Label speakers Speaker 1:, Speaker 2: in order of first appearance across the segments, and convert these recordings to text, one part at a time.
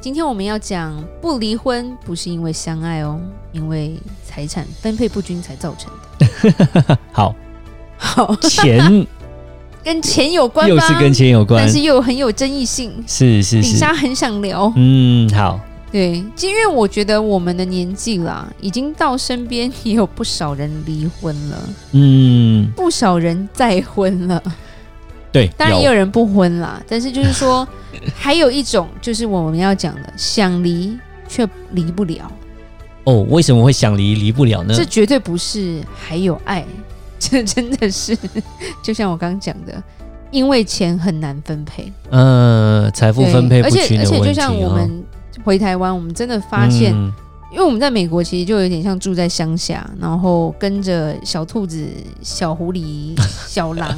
Speaker 1: 今天我们要讲不离婚不是因为相爱哦，因为财产分配不均才造成的。
Speaker 2: 好，
Speaker 1: 好，
Speaker 2: 钱
Speaker 1: 跟钱有 关吧？
Speaker 2: 又是跟钱有关
Speaker 1: 但，是又很有争议性。
Speaker 2: 是是
Speaker 1: 李
Speaker 2: 是，
Speaker 1: 莎很想聊，
Speaker 2: 嗯，好，
Speaker 1: 对，其实因为我觉得我们的年纪啦，已经到身边也有不少人离婚了，
Speaker 2: 嗯，
Speaker 1: 不少人再婚了。
Speaker 2: 对，
Speaker 1: 当然也有人不婚啦，但是就 是说，还有一种就是我们要讲的，想离却离不了，
Speaker 2: 哦，为什么会想离离不了呢？
Speaker 1: 这绝对不是还有爱， 这真的是就像我刚刚讲的，因为钱很难分配，
Speaker 2: 呃，财富
Speaker 1: 对
Speaker 2: 分配不
Speaker 1: 而且
Speaker 2: 均
Speaker 1: 而
Speaker 2: 的
Speaker 1: 且
Speaker 2: 问题
Speaker 1: 就像我
Speaker 2: 哦
Speaker 1: 们回台湾，我们真的发现，
Speaker 2: 嗯
Speaker 1: 因为我们在美国其实就有点像住在乡下，然后跟着小兔子、小狐 狸、小狼，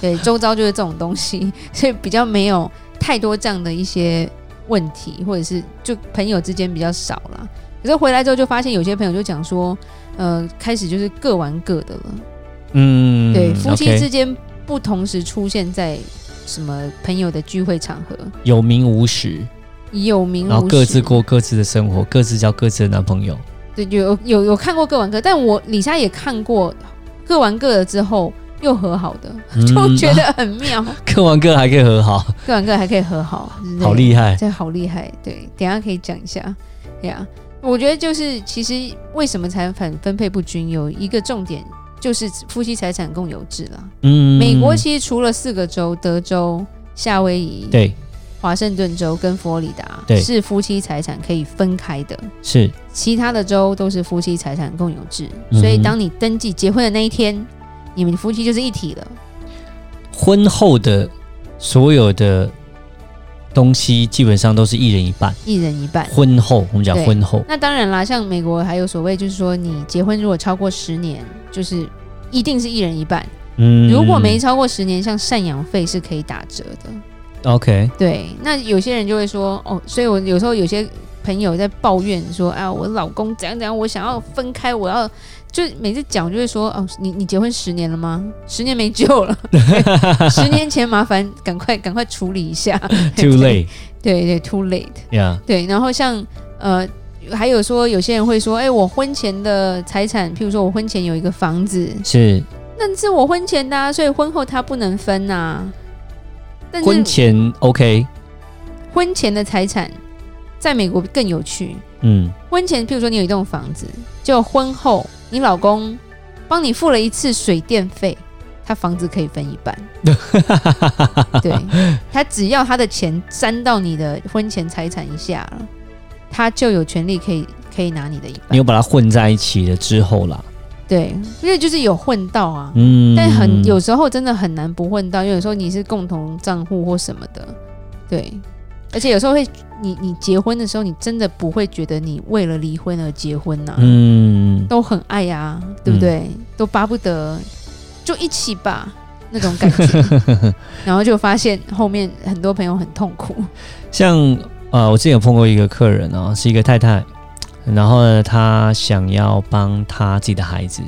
Speaker 1: 对，周遭就是这种东西，所以比较没有太多这样的一些问题，或者是就朋友之间比较少啦。可是回来之后就发现有些朋友就讲说，呃，开始就是各玩各的了，
Speaker 2: 嗯，
Speaker 1: 对，夫妻
Speaker 2: OK
Speaker 1: 之间不同时出现在什么朋友的聚会场合，
Speaker 2: 有名无实，
Speaker 1: 有名无
Speaker 2: 然后各自
Speaker 1: 实
Speaker 2: 过各自的生活，各自交各自的男 朋友。
Speaker 1: 对，有有有看过各玩各，但我李莎也看过各玩各的之后又和好的，
Speaker 2: 嗯
Speaker 1: 就觉得很妙，
Speaker 2: 各玩各还可以和好，
Speaker 1: 各玩各还可以和好，对
Speaker 2: 好厉害。
Speaker 1: 这好厉害。对，等一下可以讲一下。对啊，我觉得就是其实为什么财产分配不均，有一个重点就是夫妻财产共有制啦。
Speaker 2: 嗯，
Speaker 1: 美国其实除了四个州，德州、夏威夷、
Speaker 2: 对
Speaker 1: 华盛顿州跟佛罗里达
Speaker 2: 对
Speaker 1: 是夫妻财产可以分开的。
Speaker 2: 是
Speaker 1: 其他的州都是夫妻财产共有制，
Speaker 2: 嗯哼
Speaker 1: 所以当你登记结婚的那一天，你们夫妻就是一体了。
Speaker 2: 婚后的所有的东西基本上都是一人一半。
Speaker 1: 一人一半。
Speaker 2: 婚后我们讲
Speaker 1: 对
Speaker 2: 婚后，
Speaker 1: 那当然啦，像美国还有所谓，就是说你结婚如果超过十年，就是一定是一人一半。
Speaker 2: 嗯
Speaker 1: 如果没超过十年，像赡养费是可以打折的。
Speaker 2: OK，
Speaker 1: 对，那有些人就会说，哦，所以我有时候有些朋友在抱怨说，啊，我老公怎样怎样，我想要分开，我要就每次讲就会说，哦，你你结婚十年了吗？十年没救了。 十年前麻烦赶快赶快处理一下
Speaker 2: too late
Speaker 1: 对对，too late。
Speaker 2: 呀，
Speaker 1: 对，然后像呃，还有说有些人会说，哎、我婚前的财产，譬如说我婚前有一个房子，
Speaker 2: 是
Speaker 1: 那是我婚前的、啊，所以婚后他不能分呐、但
Speaker 2: 婚
Speaker 1: 是
Speaker 2: 前 OK，
Speaker 1: 婚前的财产，在美国更有趣。
Speaker 2: 嗯，
Speaker 1: 婚前，譬如说你有一栋房子，就婚后你老公帮你付了一次水电费，他房子可以分一半。对，他只要他的钱沾到你的婚前财产以下了，他就有权利可以可以拿你的一
Speaker 2: 你
Speaker 1: 半
Speaker 2: 又。把它混在一起了之后啦，
Speaker 1: 对，因为就是有混到啊，
Speaker 2: 嗯，
Speaker 1: 但很有时候真的很难不混到，因为有时候你是共同账户或什么的，对。而且有时候会，你你结婚的时候，你真的不会觉得你为了离婚而结婚呐、
Speaker 2: 嗯，
Speaker 1: 都很爱呀、对不对？都巴不得就一起吧那种感觉， 然后就发现后面很多朋友很痛苦，
Speaker 2: 像呃，我之前有碰过一个客人哦，是一个太太，然后呢，她想要帮她自己的孩子，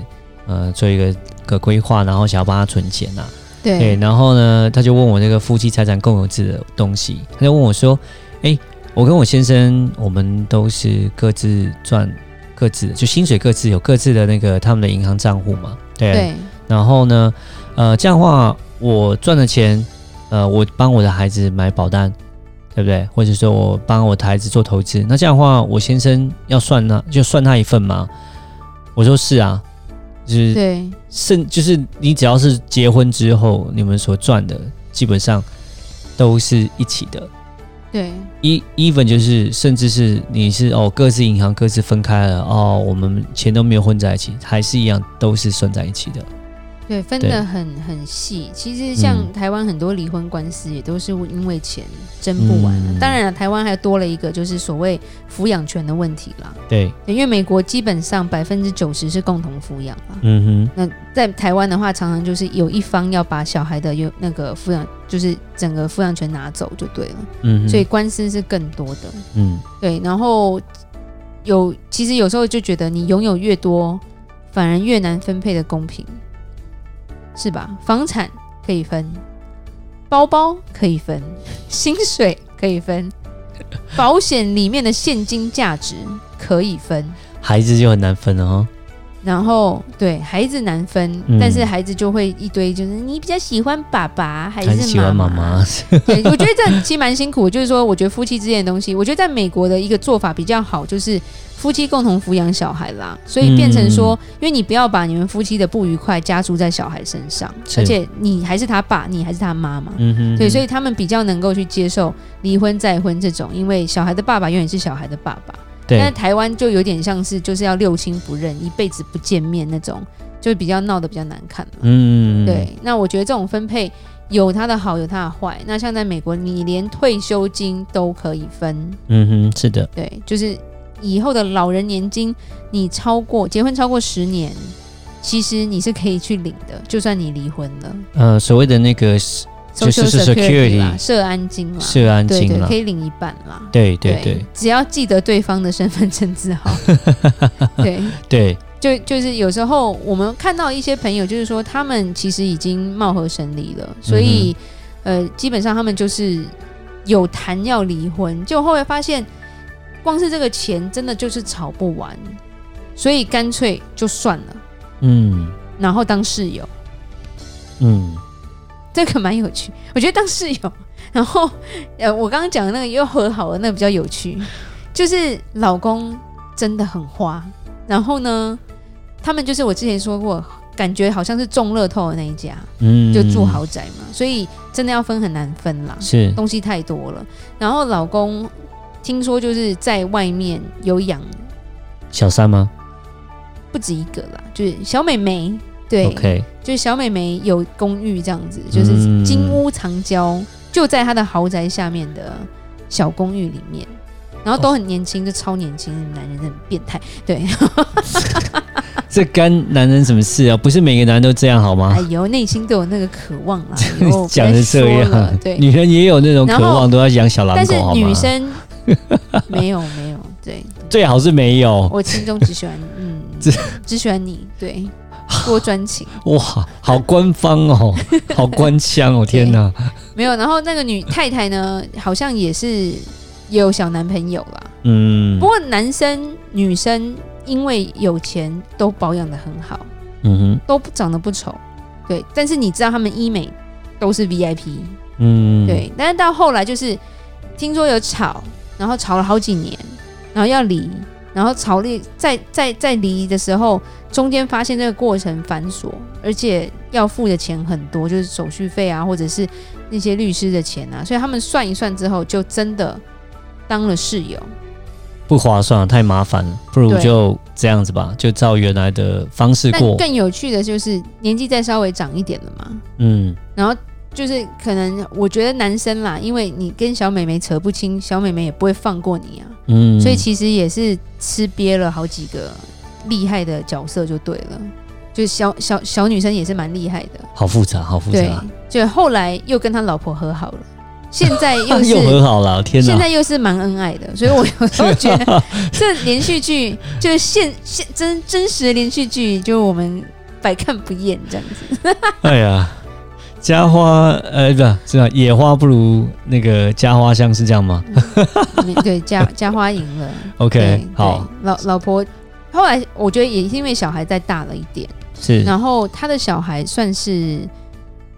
Speaker 2: 呃，做一个个规划，然后想要帮他存钱呐、对，
Speaker 1: 对，
Speaker 2: 然后呢，她就问我那个夫妻财产共有制的东西，她就问我说：“哎，我跟我先生，我们都是各自赚各自的，就薪水各自有各自的那个他们的银行账户嘛，对，
Speaker 1: 对，
Speaker 2: 然后呢，呃，这样的话，我赚的钱，呃，我帮我的孩子买保单，对不对？或者说我帮我的孩子做投资，那这样的话，我先生要算呢，就算他一份吗？我说是啊，就是
Speaker 1: 对，
Speaker 2: 甚就是你只要是结婚之后，你们所赚的基本上都是一起的。
Speaker 1: 对，
Speaker 2: 一 even 就是，甚至是你是哦，各自银行各自分开了哦，我们钱都没有混在一起，还是一样都是算在一起的。
Speaker 1: 对，分
Speaker 2: 对
Speaker 1: 得很很细。其实像
Speaker 2: 嗯
Speaker 1: 台湾很多离婚官司也都是因为钱争不完、啊
Speaker 2: 嗯
Speaker 1: 当然了，台湾还多了一个就是所谓抚养权的问题啦。
Speaker 2: 对，
Speaker 1: 对因为美国基本上百分之九十是共同抚养啦。
Speaker 2: 嗯哼，
Speaker 1: 那在台湾的话，常常就是有一方要把小孩的有那个抚养，就是整个抚养权拿走就对了，
Speaker 2: 嗯哼，
Speaker 1: 所以官司是更多的。
Speaker 2: 嗯，
Speaker 1: 对，然后有其实有时候就觉得你拥有越多，反而越难分配的公平，是吧？房产可以分，包包可以分，薪水可以分，保险里面的现金价值可以分，
Speaker 2: 孩子就很难分了哦。
Speaker 1: 然后对孩子难分，
Speaker 2: 嗯
Speaker 1: 但是孩子就会一堆就是你比较喜欢爸爸还
Speaker 2: 还是
Speaker 1: 是
Speaker 2: 喜欢妈妈，
Speaker 1: 对，我觉得这样其实蛮辛苦。就是说，我觉得夫妻之间的东西，我觉得在美国的一个做法比较好，就是夫妻共同抚养小孩啦，所以变成
Speaker 2: 嗯
Speaker 1: 说，因为你不要把你们夫妻的不愉快加注在小孩身上，
Speaker 2: 是
Speaker 1: 而且你还是他爸，你还是他妈 嘛。
Speaker 2: 嗯哼，
Speaker 1: 对，所
Speaker 2: 以
Speaker 1: 以他们比较能够去接受离婚再婚这种，因为小孩的爸爸永远是小孩的爸爸。但是
Speaker 2: 对，
Speaker 1: 台湾就有点像是就是要六亲不认，一辈子不见面那种，就比较闹得比较难看嘛。
Speaker 2: 嗯，
Speaker 1: 对，那我觉得这种分配有它的好，有它的坏。那像在美国，你连退休金都可以分，
Speaker 2: 嗯哼，是的，
Speaker 1: 对，就是以后的老人年金，你超过结婚超过十年，其实你是可以去领的，就算你离婚了
Speaker 2: 呃，所谓的那个是就
Speaker 1: Social
Speaker 2: Social
Speaker 1: Security 啦
Speaker 2: Security
Speaker 1: 啊社安金啦，
Speaker 2: 社安
Speaker 1: 对
Speaker 2: 金
Speaker 1: 对，
Speaker 2: 了
Speaker 1: 可，以领一半啦。
Speaker 2: 对对对
Speaker 1: 只要记得对方的身份证 字号，对，
Speaker 2: 对，
Speaker 1: 就就是有时候我们看到一些朋友，就是说他们其实已经貌合神离了，所以、呃，基本上他们就是有谈要离婚，就后来发现光是这个钱真的就是吵不完，所以干脆就算了，
Speaker 2: 嗯
Speaker 1: 然后当室友，
Speaker 2: 嗯，
Speaker 1: 这个蛮有趣，我觉得当室友，然后呃，我刚刚讲的那个又和好了，那个比较有趣，就是老公真的很花，然后呢，他们就是我之前说过，感觉好像是中乐透的那一家，
Speaker 2: 嗯，
Speaker 1: 就住豪宅嘛，所以真的要分很难分啦，
Speaker 2: 是，
Speaker 1: 东西太多了。然后老公听说就是在外面有养
Speaker 2: 小三吗
Speaker 1: 不止一个啦，就是小美眉，对
Speaker 2: ？OK，
Speaker 1: 就是小美眉有公寓这样子，就是
Speaker 2: 嗯
Speaker 1: 金屋藏娇，就在她的豪宅下面的小公寓里面，然后都很年轻，就超年轻，男人真的很变态，对，
Speaker 2: 这干男人什么事啊？不是每个男人都这样好吗
Speaker 1: 哎？呦，内心都有那个渴望 啦，哎呦
Speaker 2: 啊讲的这
Speaker 1: 不要说了
Speaker 2: 样，
Speaker 1: 对，
Speaker 2: 女人也有那种
Speaker 1: 然
Speaker 2: 渴
Speaker 1: 后
Speaker 2: 望，都要养小狼
Speaker 1: 但是
Speaker 2: 狗好吗
Speaker 1: 女？ 生没有没有，对
Speaker 2: 最好是没有，
Speaker 1: 我心中只 喜欢嗯，只喜欢你，对，多专情。
Speaker 2: 哇，好官方 哦，好官腔哦，天哪，
Speaker 1: 没有，然后那个女太太呢，好像也是也有小男朋友啦，
Speaker 2: 嗯
Speaker 1: 不，过男生女生因为有钱都保养的很好，
Speaker 2: 嗯哼，
Speaker 1: 都不长得不丑，对。但是你知道他们医美都是 VIP，
Speaker 2: 嗯，，
Speaker 1: 对。但是到后来就是听说有吵，然后吵了好几年，然后要离，然后吵离在在在离的时候，中间发现这个过程繁琐，而且要付的钱很多，就是手续费啊，或者是那些律师的钱啊，所以他们算一算之后，就真的当了室友。
Speaker 2: 不划算，太麻烦了，不如
Speaker 1: 对
Speaker 2: 就这样子吧，就照原来的方式
Speaker 1: 但
Speaker 2: 过，
Speaker 1: 更有趣的就是年纪再稍微长一点了嘛，
Speaker 2: 嗯，
Speaker 1: 然后就是可能我觉得男生啦，因为你跟小美眉扯不清，小美眉也不会放过你啊，
Speaker 2: 嗯，
Speaker 1: 所以其实也是吃瘪了好几个厉害的角色就对了，就小小小女生也是蛮厉害的，
Speaker 2: 好复杂，好复
Speaker 1: 对
Speaker 2: 杂，，啊
Speaker 1: 就后来又跟他老婆和好了，现在又
Speaker 2: 又
Speaker 1: 是。
Speaker 2: 和好了，天
Speaker 1: 现
Speaker 2: 哪，
Speaker 1: 在又是蛮恩爱的，所以我有时候觉 得这连续剧就是现现真真实的连续剧，就是我们百看不厌这样子。
Speaker 2: 哎呀，家花呃不是啊，野花不如那个家花香是这样吗
Speaker 1: 嗯对，家家花赢了。
Speaker 2: ？OK，好，
Speaker 1: 对老老婆后来我觉得也是因为小孩再大了一点，
Speaker 2: 是，
Speaker 1: 然后他的小孩算是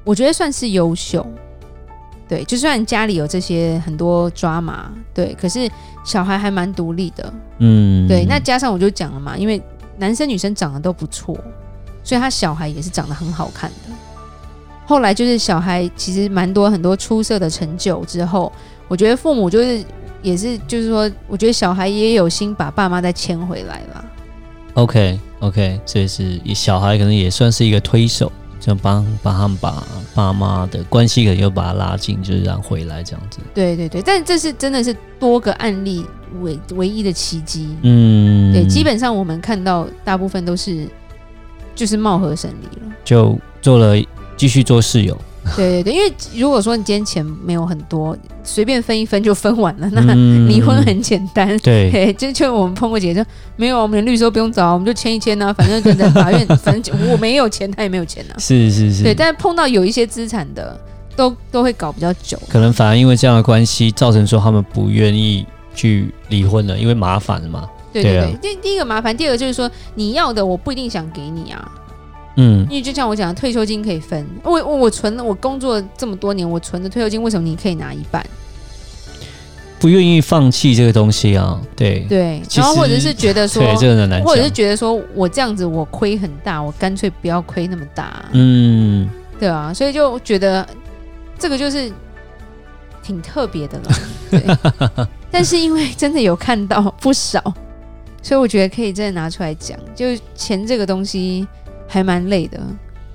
Speaker 1: 我觉得算是优秀。对，就算家里有这些很多抓马，对，可是小孩还蛮独立的，
Speaker 2: 嗯，
Speaker 1: 对，那加上我就讲了嘛，因为男生女生长得都不错，所以他小孩也是长得很好看的。后来就是小孩其实蛮多很多出色的成就之后，我觉得父母就是也是就是说，我觉得小孩也有心把爸妈再牵回来啦。
Speaker 2: OK OK，这是小孩可能也算是一个推手，就帮帮他们把爸妈的关系可能又把他拉近，就是让回来这样子。
Speaker 1: 对对对，但这是真的是多个案例唯唯一的奇迹。
Speaker 2: 嗯，
Speaker 1: 对，基本上我们看到大部分都是就是貌合神离了。
Speaker 2: 就做了继续做室友，
Speaker 1: 对对对，因为如果说你今天钱没有很多，随便分一分就分完了， 那
Speaker 2: 嗯
Speaker 1: 离婚很简单。
Speaker 2: 对
Speaker 1: 对， 就就我们碰过姐姐，没有啊，我们连律师都不用找，我们就签一签啊，反正就在法院，反正就我没有钱，他也没有钱啊。
Speaker 2: 是 是是，
Speaker 1: 对，但是碰到有一些资产的，都都会搞比较久。
Speaker 2: 可能反而因为这样的关系，造成说他们不愿意去离婚了，因为麻烦嘛。
Speaker 1: 对
Speaker 2: 对
Speaker 1: 对
Speaker 2: 啊
Speaker 1: 对，第、第一个麻烦，第二个就是说你要的我不一定想给你啊，
Speaker 2: 嗯
Speaker 1: 因为就像我讲的，退休金可以分，我我我存了，我工作这么多年，我存的退休金为什么你可以拿一半？
Speaker 2: 嗯不愿意放弃这个东西啊，对
Speaker 1: 对，
Speaker 2: 其实
Speaker 1: 然后或者是觉得说，
Speaker 2: 对，这个很难
Speaker 1: 或者是
Speaker 2: 讲。
Speaker 1: 觉得说我这样子我亏很大，我干脆不要亏那么大啊、
Speaker 2: 嗯，
Speaker 1: 对啊，所以就觉得这个就是挺特别的了。 对，但是因为真的有看到不少，所以我觉得可以真的拿出来讲，就是钱这个东西还蛮累的。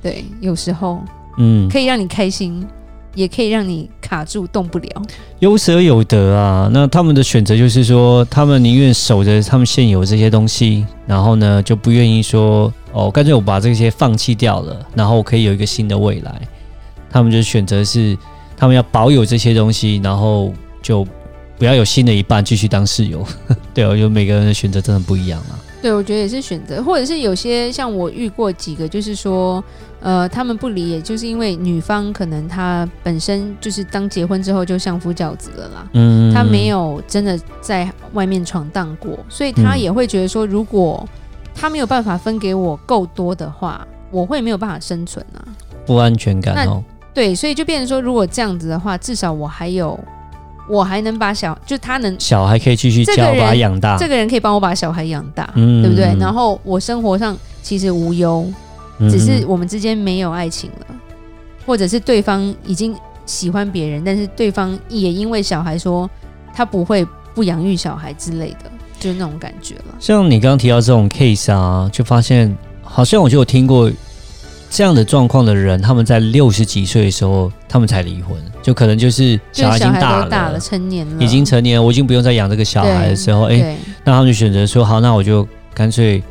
Speaker 1: 对，有时候
Speaker 2: 嗯，
Speaker 1: 可以让你开心，也可以让你卡住动不了。
Speaker 2: 有舍有得啊。那他们的选择就是说，他们宁愿守着他们现有这些东西，然后呢就不愿意说哦，干脆我把这些放弃掉了，然后我可以有一个新的未来。他们就选择是他们要保有这些东西，然后就不要有新的一半继续当室友。 对哦，就每个人的选择真的不一样啊。
Speaker 1: 对，我觉得也是选择，或者是有些像我遇过几个，就是说，呃，他们不离，也就是因为女方可能她本身就是当结婚之后就相夫教子了啦，
Speaker 2: 嗯，
Speaker 1: 她没有真的在外面闯荡过，所以她
Speaker 2: 嗯
Speaker 1: 也会觉得说，如果她没有办法分给我够多的话，我会没有办法生存啊。
Speaker 2: 不安全感哦。
Speaker 1: 对，所以就变成说，如果这样子的话，至少我还有，我还能把小，就她能
Speaker 2: 小孩可以继续
Speaker 1: 这
Speaker 2: 教，
Speaker 1: 个人
Speaker 2: 把他养大。
Speaker 1: 这个人可以帮我把小孩养大，
Speaker 2: 啊嗯
Speaker 1: 对不对？然后我生活上其实无忧，
Speaker 2: 嗯
Speaker 1: 只是我们之间没有爱情了，或者是对方已经喜欢别人，但是对方也因为小孩说他不会不养育小孩之类的，就是那种感觉了。
Speaker 2: 像你刚刚提到这种 case 啊，就发现好像我就有听过这样的状况的人，他们在六十几岁的时候，他们才离婚，就可能就是
Speaker 1: 就
Speaker 2: 小孩
Speaker 1: 是
Speaker 2: 已
Speaker 1: 小
Speaker 2: 经
Speaker 1: 孩
Speaker 2: 大
Speaker 1: 都
Speaker 2: 了，
Speaker 1: 大了，成年了，
Speaker 2: 已经成年了，我已经不用再养这个小孩的时候，哎、
Speaker 1: 对
Speaker 2: 那他们就选择说，好，那我就干脆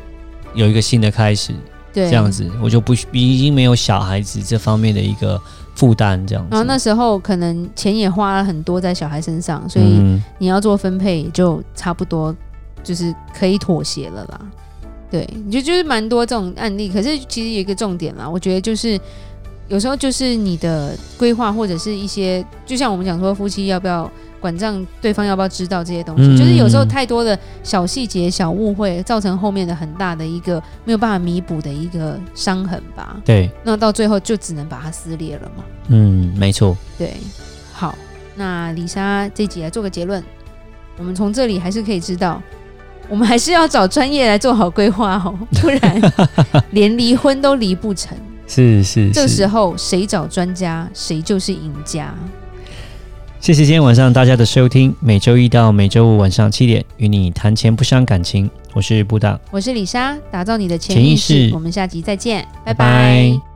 Speaker 2: 有一个新的开始，
Speaker 1: 对
Speaker 2: 这样。子，我就不已经没有小孩子这方面的一个负担，这样子。
Speaker 1: 然后哦那时候可能钱也花了很多在小孩身上，所以
Speaker 2: 嗯
Speaker 1: 你要做分配也就差不多就是可以妥协了啦。对，你就就是蛮多这种案例，可是其实有一个重点啦，我觉得就是有时候就是你的规划或者是一些，就像我们讲说夫妻要不要管账，对方要不要知道这些东西，
Speaker 2: 嗯
Speaker 1: 就是有时候太多的小细节、小误会，造成后面的很大的一个没有办法弥补的一个伤痕吧。
Speaker 2: 对，
Speaker 1: 那到最后就只能把它撕裂了嘛。
Speaker 2: 嗯，没错。
Speaker 1: 对，好，那李莎这集来做个结论，我们从这里还是可以知道， 我们还是要找专业来做好规划哦，不然连离婚都离不成。
Speaker 2: 是是，
Speaker 1: 这
Speaker 2: 是
Speaker 1: 时候谁找专家，谁就是赢家。
Speaker 2: 谢谢今天晚上大家的收听，每周一到每周五晚上七点，与你谈钱不伤感情，我是布达，
Speaker 1: 我是李莎，打造你的潜
Speaker 2: 潜意
Speaker 1: 意识，
Speaker 2: 识
Speaker 1: 我们下集再见，
Speaker 2: 拜拜
Speaker 1: 拜拜